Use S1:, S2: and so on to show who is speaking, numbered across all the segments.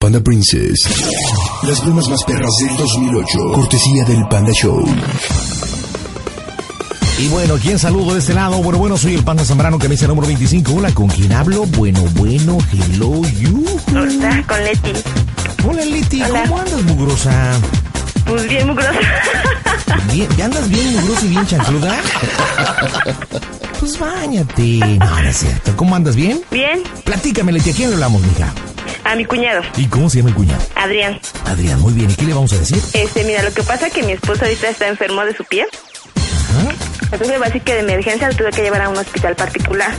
S1: Panda Princess. Las bromas más perras del 2008. Cortesía del Panda Show.
S2: Y bueno, ¿quién saludo de este lado? Bueno, bueno, soy el Panda Zambrano, camisa número 25. Hola, ¿con quién hablo? Bueno, bueno, hello, you.
S3: Hola, con Leti.
S2: Hola, Leti,
S3: Hola.
S2: ¿cómo andas, mugrosa?
S3: Pues bien mugrosa.
S2: Bien, ¿Ya andas bien mugrosa y bien chancluda? Pues bañate. No, no es cierto. ¿Cómo andas, bien?
S3: Bien,
S2: Platícame, Leti, ¿a quién le hablamos, mija?
S3: a mi cuñado,
S2: ¿Y cómo se llama el cuñado?
S3: Adrián.
S2: Adrián, muy bien. ¿Y qué le vamos a decir?
S3: Este, mira, lo que pasa es que mi esposo ahorita está enfermo de su pie.
S2: Ajá.
S3: Entonces, así que de emergencia lo tuve que llevar a un hospital particular.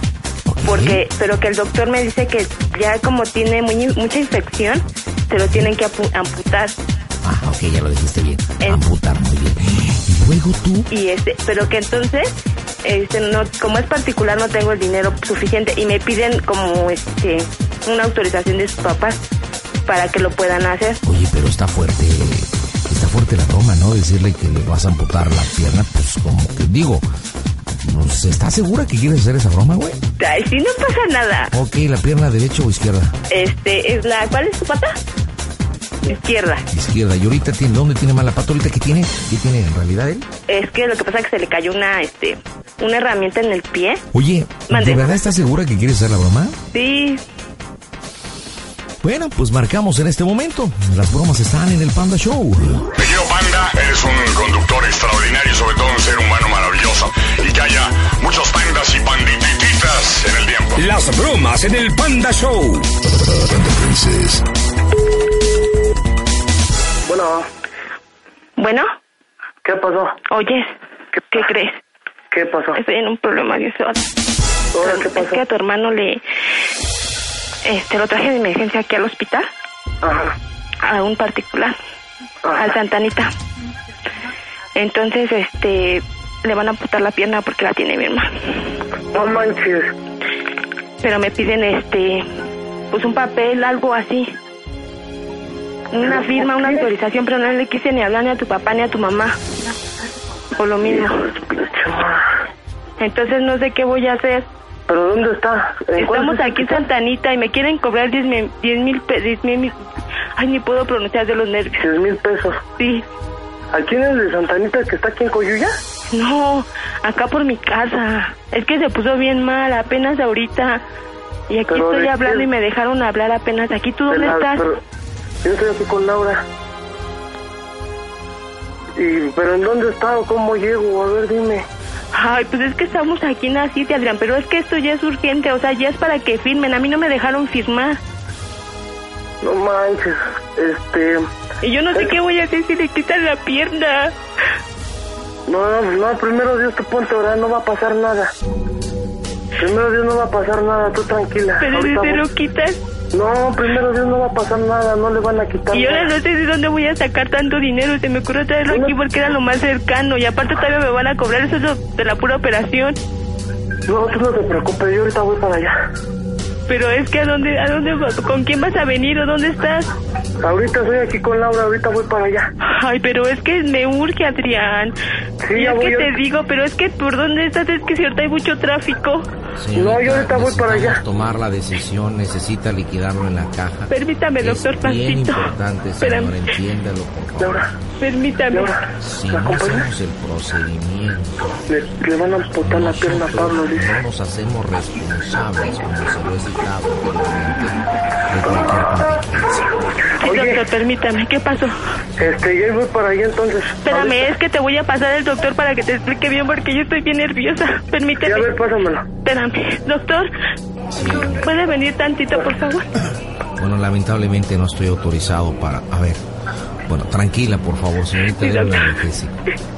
S2: Ok.
S3: Porque, pero que el doctor me dice que ya como tiene muy- mucha infección, se lo tienen que apu- amputar.
S2: Ah, ok, ya lo dijiste bien.
S3: Eh.
S2: Amputar, muy bien. Y luego tú.
S3: Y este, pero que entonces, este, no, como es particular, no tengo el dinero suficiente y me piden como este una autorización de sus papás para que lo puedan hacer.
S2: Oye, pero está fuerte. Está fuerte la broma, ¿no? Decirle que le vas a amputar la pierna, pues como que digo. pues, ¿Estás segura que quieres hacer esa broma, güey?
S3: Ay, si no pasa nada.
S2: Ok, la pierna derecha o izquierda.
S3: Este, es la, ¿cuál es tu pata? Izquierda.
S2: Izquierda. ¿Y ahorita tiene, dónde tiene mala pata? ¿Ahorita qué tiene? ¿Qué tiene en realidad él?
S3: Es que lo que pasa es que se le cayó una, este, una herramienta en el pie.
S2: Oye,
S3: Mande.
S2: ¿de verdad estás segura que quieres hacer la broma?
S3: Sí,
S2: Bueno, pues marcamos en este momento. Las bromas están en el Panda Show.
S4: Te quiero, Panda. Eres un conductor extraordinario, sobre todo un ser humano maravilloso. Y que haya muchos pandas y pandititas en el tiempo.
S5: Las bromas en el Panda Show.
S1: Panda Princess.
S6: Bueno,
S3: bueno,
S6: ¿qué pasó?
S3: oye, ¿qué, crees?
S6: ¿Qué pasó?
S3: Estoy en un problema yo sola.
S6: Ahora, ¿qué
S3: Es que
S6: pasó?
S3: a tu hermano le, este, lo traje de emergencia aquí al hospital,
S6: Ajá,
S3: a un particular,
S6: Ajá.
S3: al Santanita. Entonces, este, le van a amputar la pierna porque la tiene mi hermano.
S6: No manches.
S3: pero me piden este pues un papel, algo así. Una firma, una autorización, pero no le quise ni hablar ni a tu papá ni a tu mamá. Por lo mismo. Entonces no sé qué voy a hacer.
S6: ¿Pero dónde está? ¿En cuál
S3: Estamos
S6: es el
S3: aquí en
S6: hospital?
S3: Santanita y me quieren cobrar 10 mil, 10 mil, pe- 10 mil, ay, ni puedo pronunciar de los nervios.
S6: 10 mil pesos.
S3: Sí,
S6: ¿A quién es de Santanita que está aquí en Coyuya?
S3: no, acá por mi casa. Es que se puso bien mal, apenas ahorita. Y aquí
S6: Pero
S3: estoy
S6: de
S3: hablando
S6: qué-
S3: y me dejaron hablar apenas. Aquí, ¿tú dónde
S6: De la-
S3: estás?
S6: pero- yo estoy aquí con Laura. ¿Y, ¿Pero en dónde está o cómo llego? A ver, dime.
S3: Ay, pues es que estamos aquí en la City, Adrián, pero es que esto ya es urgente, o sea, ya es para que firmen. A mí no me dejaron firmar.
S6: No manches. Este...
S3: Y yo no sé qué voy a hacer si le quitan la pierna.
S6: No, no, no, primero Dios te ponte a orar, no va a pasar nada. Primero Dios no va a pasar nada, tú tranquila.
S3: Pero si
S6: Ahorita
S3: se
S6: voy.
S3: lo quitan.
S6: No, primero Dios no va a pasar nada, no le van a quitar
S3: Y ahora
S6: nada.
S3: no sé de dónde voy a sacar tanto dinero. Se me ocurrió traerlo
S6: Bueno.
S3: aquí porque era lo más cercano. Y aparte todavía me van a cobrar eso es lo- de la pura operación.
S6: No, tú no te preocupes, yo ahorita voy para allá.
S3: Pero es que a dónde, a dónde, va- con quién vas a venir o dónde estás.
S6: Ahorita estoy aquí con Laura, ahorita voy para allá.
S3: Ay, pero es que me urge, Adrián.
S6: Sí,
S3: y
S6: ya
S3: es
S6: voy
S3: que
S6: yo.
S3: te digo, pero es que por dónde estás es que si ahorita hay mucho tráfico.
S6: No, yo ahorita voy para allá.
S2: Necesitamos tomar la decisión, necesita liquidarlo en la caja.
S3: Permítame,
S2: Es
S3: doctor
S2: bien
S3: Tantito.
S2: importante, señor,
S3: Espérame.
S2: entiéndalo, por favor.
S6: Laura,
S3: Permítame.
S6: Laura,
S2: Si
S6: ¿la
S2: no
S6: acompañas?
S2: hacemos el procedimiento,
S6: Le, le van a amputar la pierna a Pablo,
S2: nosotros
S6: dice.
S2: no nos hacemos responsables, como se lo he citado anteriormente, de cualquier contingencia.
S3: Sí,
S6: Oye.
S3: doctor, permítame. ¿Qué pasó?
S6: Este, yo voy para allá entonces.
S3: Espérame,
S6: Ahorita.
S3: es que te voy a pasar al doctor para que te explique bien porque yo estoy bien nerviosa.
S6: Sí, a
S3: Permíteme.
S6: ver, pásamelo.
S3: Espérame. Doctor, ¿puede venir tantito, por favor?
S2: Bueno, lamentablemente no estoy autorizado para... A ver, bueno, tranquila, por favor, señorita,
S3: Sí,
S2: déjame
S3: doctor.
S2: analgésico.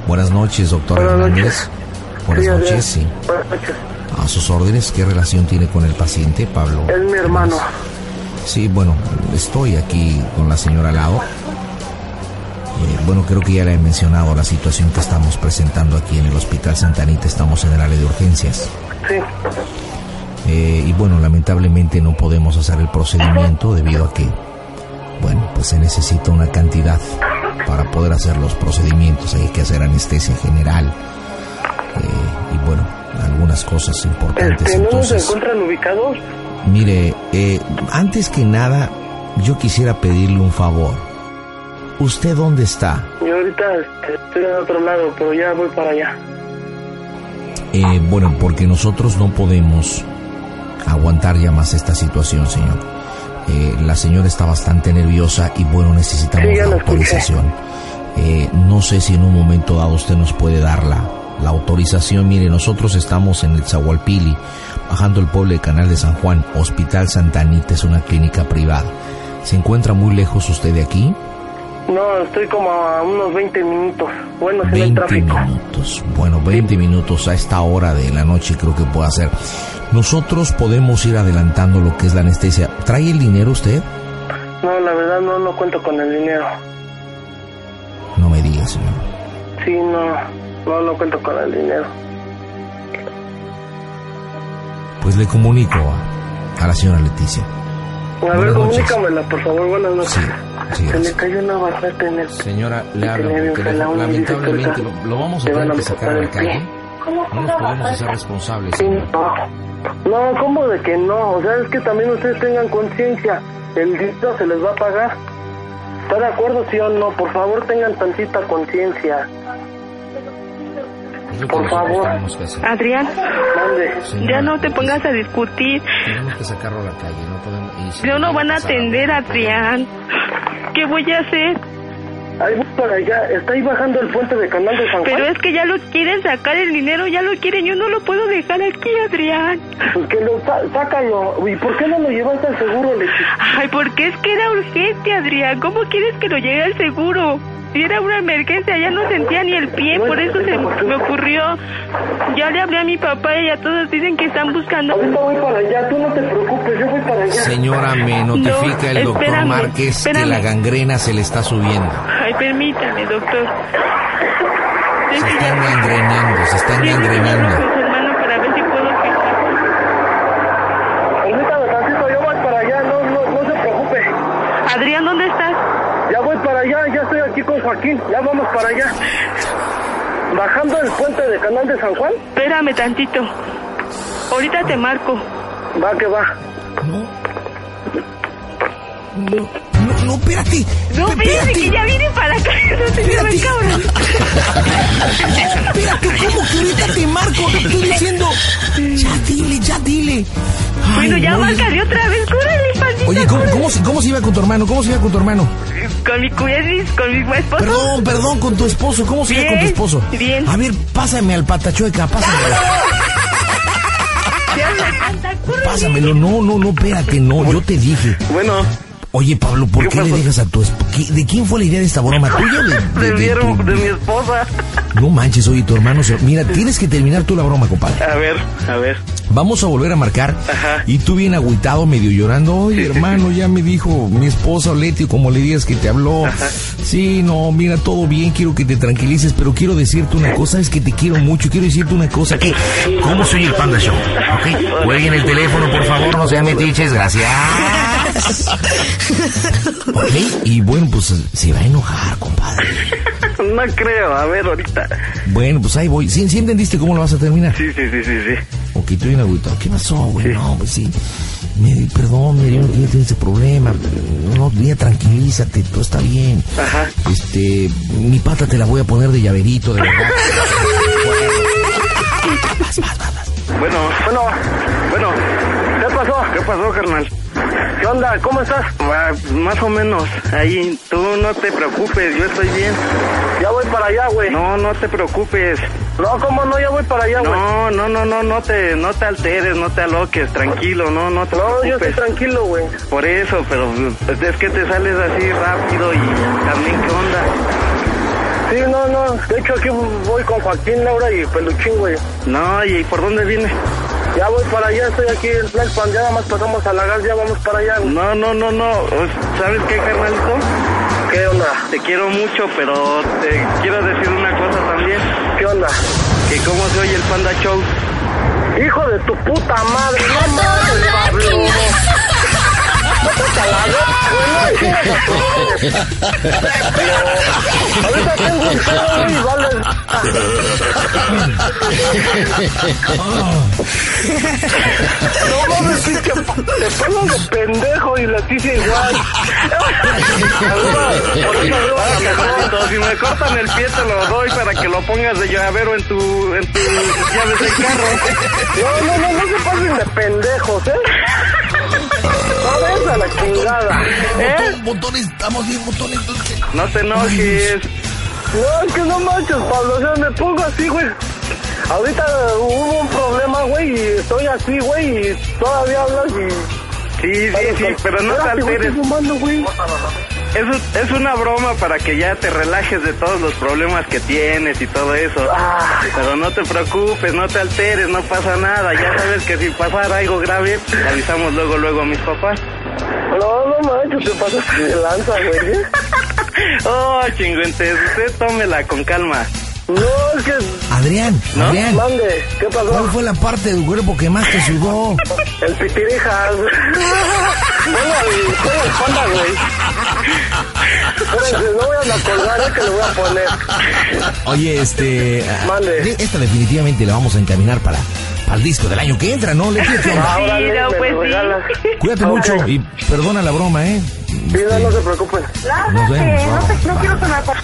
S2: Buenas noches, doctor
S6: Buenas
S2: Hernández. Buenas
S6: Sí, Adrián.
S2: noches, sí.
S6: Buenas noches.
S2: A sus órdenes, ¿qué relación tiene con el paciente, Pablo?
S6: Es mi hermano.
S2: Sí, bueno, estoy aquí con la señora Lao. Eh, bueno, creo que ya le he mencionado la situación que estamos presentando aquí en el Hospital Santanita. Estamos en el área de urgencias.
S6: Sí.
S2: Eh, y bueno, lamentablemente no podemos hacer el procedimiento debido a que, bueno, pues se necesita una cantidad para poder hacer los procedimientos. Hay que hacer anestesia general eh, y bueno, algunas cosas importantes.
S6: Este, ¿No nos
S2: Entonces,
S6: encuentran ubicados?
S2: mire, eh, antes que nada, yo quisiera pedirle un favor. ¿Usted dónde está?
S6: Yo ahorita este, estoy en otro lado, pero ya voy para allá.
S2: Eh, bueno, porque nosotros no podemos aguantar ya más esta situación, señor. Eh, la señora está bastante nerviosa y bueno, necesitamos
S6: Sí, ya
S2: la
S6: la escuché.
S2: autorización. Eh, no sé si en un momento dado usted nos puede dar la, la autorización. Mire, nosotros estamos en el Zahualpili, bajando el pueblo de Canal de San Juan. Hospital Santa Anita es una clínica privada. ¿Se encuentra muy lejos usted de aquí?
S6: No, estoy como a unos 20 minutos. Bueno, sin el
S2: 20
S6: tráfico.
S2: minutos. Bueno, 20 minutos a esta hora de la noche creo que puede hacer. Nosotros podemos ir adelantando lo que es la anestesia. ¿Trae el dinero usted?
S6: No, la verdad no, no cuento con el dinero.
S2: No me diga, señor.
S6: Sí, no, no, no cuento con el dinero.
S2: Pues le comunico a, a la señora Leticia.
S6: A ver,
S2: Buenas noches.
S6: comunícamela, por favor, buenas noches.
S2: Sí, sí,
S6: Se le
S2: gracias.
S6: cayó una barreta en el...
S2: Señora, le
S6: hablo por teléfono. Lamentablemente, lo- lo vamos a tener que sacar a la calle.
S2: No nos podemos hacer responsables,
S6: Sí, no. No, ¿cómo de que no? O sea, es que también ustedes tengan conciencia. El dinero se les va a pagar. ¿Está de acuerdo, sí o no? Por favor, tengan tantita conciencia. Por favor.
S3: Adrián,
S6: Mande.
S3: ya no te pongas a discutir.
S2: Tenemos que sacarlo a la calle, no podemos... y si
S3: Ya no van a
S2: pasa nada,
S3: atender,
S2: no pasa nada.
S3: Adrián. ¿Qué voy a hacer?
S6: Ahí voy para allá. Está ahí bajando el puente de Canal de San Juan.
S3: Pero es que ya lo quieren sacar el dinero, ya lo quieren. Yo no lo puedo dejar aquí, Adrián.
S6: Pues que lo sa- sácalo. ¿Y por qué no lo llevaste al seguro, Leti?
S3: Ay, porque es que era urgente, Adrián. ¿Cómo quieres que lo llegue al seguro? Si era una emergencia, ya no sentía ni el pie, por eso se me ocurrió. Ya le hablé a mi papá y ya todos dicen que están buscando.
S6: Ahorita voy para allá. Tú no te preocupes, yo voy para allá.
S2: Señora, me notifica el doctor
S3: espérame,
S2: Márquez que
S3: espérame.
S2: la gangrena se le está subiendo.
S3: Ay, permítame, doctor. Es
S2: Se
S3: que
S2: está
S3: ya-
S2: engangrenando, se está
S3: Sí, sí, sí, hablo
S2: engangrenando.
S3: con su hermano para ver si puedo fijar.
S6: Permítame tantito, yo voy para allá. No, no, no se preocupe.
S3: Adrián, ¿dónde estás?
S6: Ya voy para allá. Ya estoy aquí con Joaquín. Ya vamos para allá. Bajando el puente de Canal de San Juan.
S3: Espérame tantito. Ahorita te marco.
S6: Va que va.
S2: No, no, espérate.
S3: No, fíjate que ya viene para acá. No te llevan, cabrón.
S2: Espérate, ¿cómo que ahorita te marco? Te estoy diciendo. Ya dile, ya dile. Ay,
S3: Bueno, ya
S2: no,
S3: márcale otra vez. Córrele, pandita.
S2: Oye, ¿cómo,
S3: córrele.
S2: cómo, se- cómo se iba con tu hermano? ¿Cómo se iba con tu hermano?
S3: Con mi cuidadis, con mi esposo.
S2: Perdón, perdón, con tu esposo. ¿Cómo se iba con tu
S3: Bien,
S2: esposo?
S3: bien.
S2: A ver, pásame al patachueca, pásamelo.
S3: Ya me encanta, córrele.
S2: Pásamelo. No, no, no, espérate, no. Yo te dije.
S7: Bueno,
S2: Oye, Pablo, ¿por
S7: ¿Qué
S2: qué le
S7: pasó?
S2: dejas a tu esposa? ¿De quién fue la idea de esta broma? ¿Tuya o de, de-
S7: de
S2: de
S7: mi, her-
S2: tu-
S7: de mi esposa.
S2: No manches, oye, tu hermano se- Mira, tienes que terminar tú la broma, compadre.
S7: A ver, a ver.
S2: Vamos a volver a marcar.
S7: Ajá.
S2: Y tú bien agüitado, medio llorando. Oye,
S7: Sí, sí,
S2: hermano, ya me dijo mi esposa Leti, como le digas que te habló. Sí, no, mira, todo bien, quiero que te tranquilices, pero quiero decirte una cosa, es que te quiero mucho, quiero decirte una cosa. que ¿Cómo soy el Panda Show? ¿Ok? Jueguen el teléfono, por favor, no sean metiches, gracias. Ok, y bueno, pues se va a enojar, compadre.
S7: No creo, a ver ahorita.
S2: Bueno, pues ahí voy. ¿Sí, sí entendiste cómo lo vas a terminar?
S7: Sí, sí, sí, sí, sí.
S2: Ok, estoy bien agüitado. ¿Qué pasó, güey? No, pues sí. Me, di- perdón, me dijeron que ya tienes ese problema. No, ya tranquilízate, todo está bien.
S7: Ajá.
S2: Este, mi pata te la voy a poner de llaverito, de verdad.
S7: Bueno,
S6: Bueno,
S7: bueno.
S6: ¿qué pasó?
S7: ¿Qué pasó, carnal?
S6: ¿Qué onda? ¿Cómo estás?
S7: Ah, más o menos. Ahí, tú no te preocupes, yo estoy bien.
S6: Ya voy para allá, güey. No,
S7: No, no te preocupes.
S6: ¿cómo no? Ya voy para allá, güey.
S7: No, no, no, no, no te, no te alteres, no te aloques, tranquilo, no, no te
S6: No, yo estoy
S7: preocupes.
S6: tranquilo, güey.
S7: Por eso, pero pues, es que te sales así rápido y también qué onda.
S6: Sí, no, no. De hecho, aquí voy con Joaquín, Laura y Peluchín, güey.
S7: No, ¿y por dónde vienes?
S6: Ya voy para allá, estoy aquí en Tlalpan, ya nada más pasamos a la gas, ya vamos para allá. güey.
S8: No, no, no, no. Pues, ¿Sabes qué, carnalito?
S6: ¿Qué onda?
S8: Te quiero mucho, pero te quiero decir una cosa también.
S6: ¿Qué onda?
S8: Que cómo se oye el Panda Show.
S6: Hijo de tu puta madre, no mames, Pablo. Métete a la verga, güey, no chingas a tu madre. Pero Ahorita tengo un pedo, güey, y vale. No mames, sí que te pasan de pendejo y les dice igual.
S8: Arriba, arriba, carnalito. Si me cortan el pie, te lo doy para que lo pongas de llavero en tu, en tu llaves del carro.
S6: No, no, no, no se pasen de pendejos, ¿eh? No ves a la chingada.
S8: ¿Eh?
S7: Botones, estamos bien, botones.
S8: No te enojes.
S6: No, es que no manches, Pablo, o sea, me pongo así, güey. Ahorita hubo un problema, güey, y estoy así, güey, y todavía hablas y...
S8: Sí, sí, sí, pero no te
S6: Espérate, güey,
S8: alteres.
S6: estoy fumando, güey.
S8: Es, es una broma para que ya te relajes de todos los problemas que tienes y todo eso.
S6: Ah,
S8: Pero no te preocupes, no te alteres, no pasa nada. Ya sabes que si pasara algo grave, avisamos luego, luego a mis papás.
S6: No, no manches, te pasaste de lanza, güey. ¿eh?
S8: Oh, chingüentes, usted tómela con calma.
S6: No, es que...
S7: Adrián,
S8: ¿Ah?
S7: Adrián,
S6: Mande, ¿qué
S7: ¿cuál
S6: pasó?
S7: fue la parte del cuerpo que más te sudó?
S6: El pitirijas. Bueno, el juego de espalda, güey. Espérense, no voy a colgar, es que le voy a poner.
S7: Oye, este. ah,
S6: Mande.
S7: de- Esta definitivamente la vamos a encaminar para, para el disco del año que entra, ¿no? Le
S6: Ahora
S3: Sí, no,
S6: me
S3: pues
S6: lo
S3: sí.
S6: regalas.
S7: Cuídate mucho y perdona la broma, ¿eh?
S6: Sí, no, no se preocupen.
S7: Nos vemos,
S3: no, te, no
S7: va.
S3: quiero sonar por...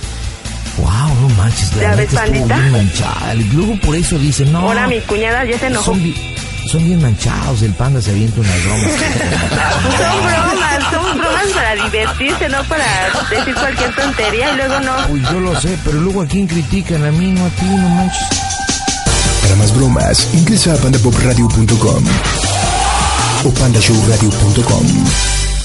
S7: Wow, no manches, la
S3: ¿Ya
S7: neta
S3: ves,
S7: estuvo
S3: pandita?
S7: bien manchada. Y Luego por eso dicen, no.
S3: Ahora mi cuñada ya se enojó.
S7: son,
S3: Son
S7: bi- son bien manchados, el panda se avienta unas bromas.
S3: bromas, son bromas para divertirse, no para decir cualquier tontería y luego no.
S7: Uy, yo lo sé, pero luego a quién critican, a mí, no a ti, no manches.
S1: Para más bromas, ingresa a pandapopradio.com o pandashowradio.com.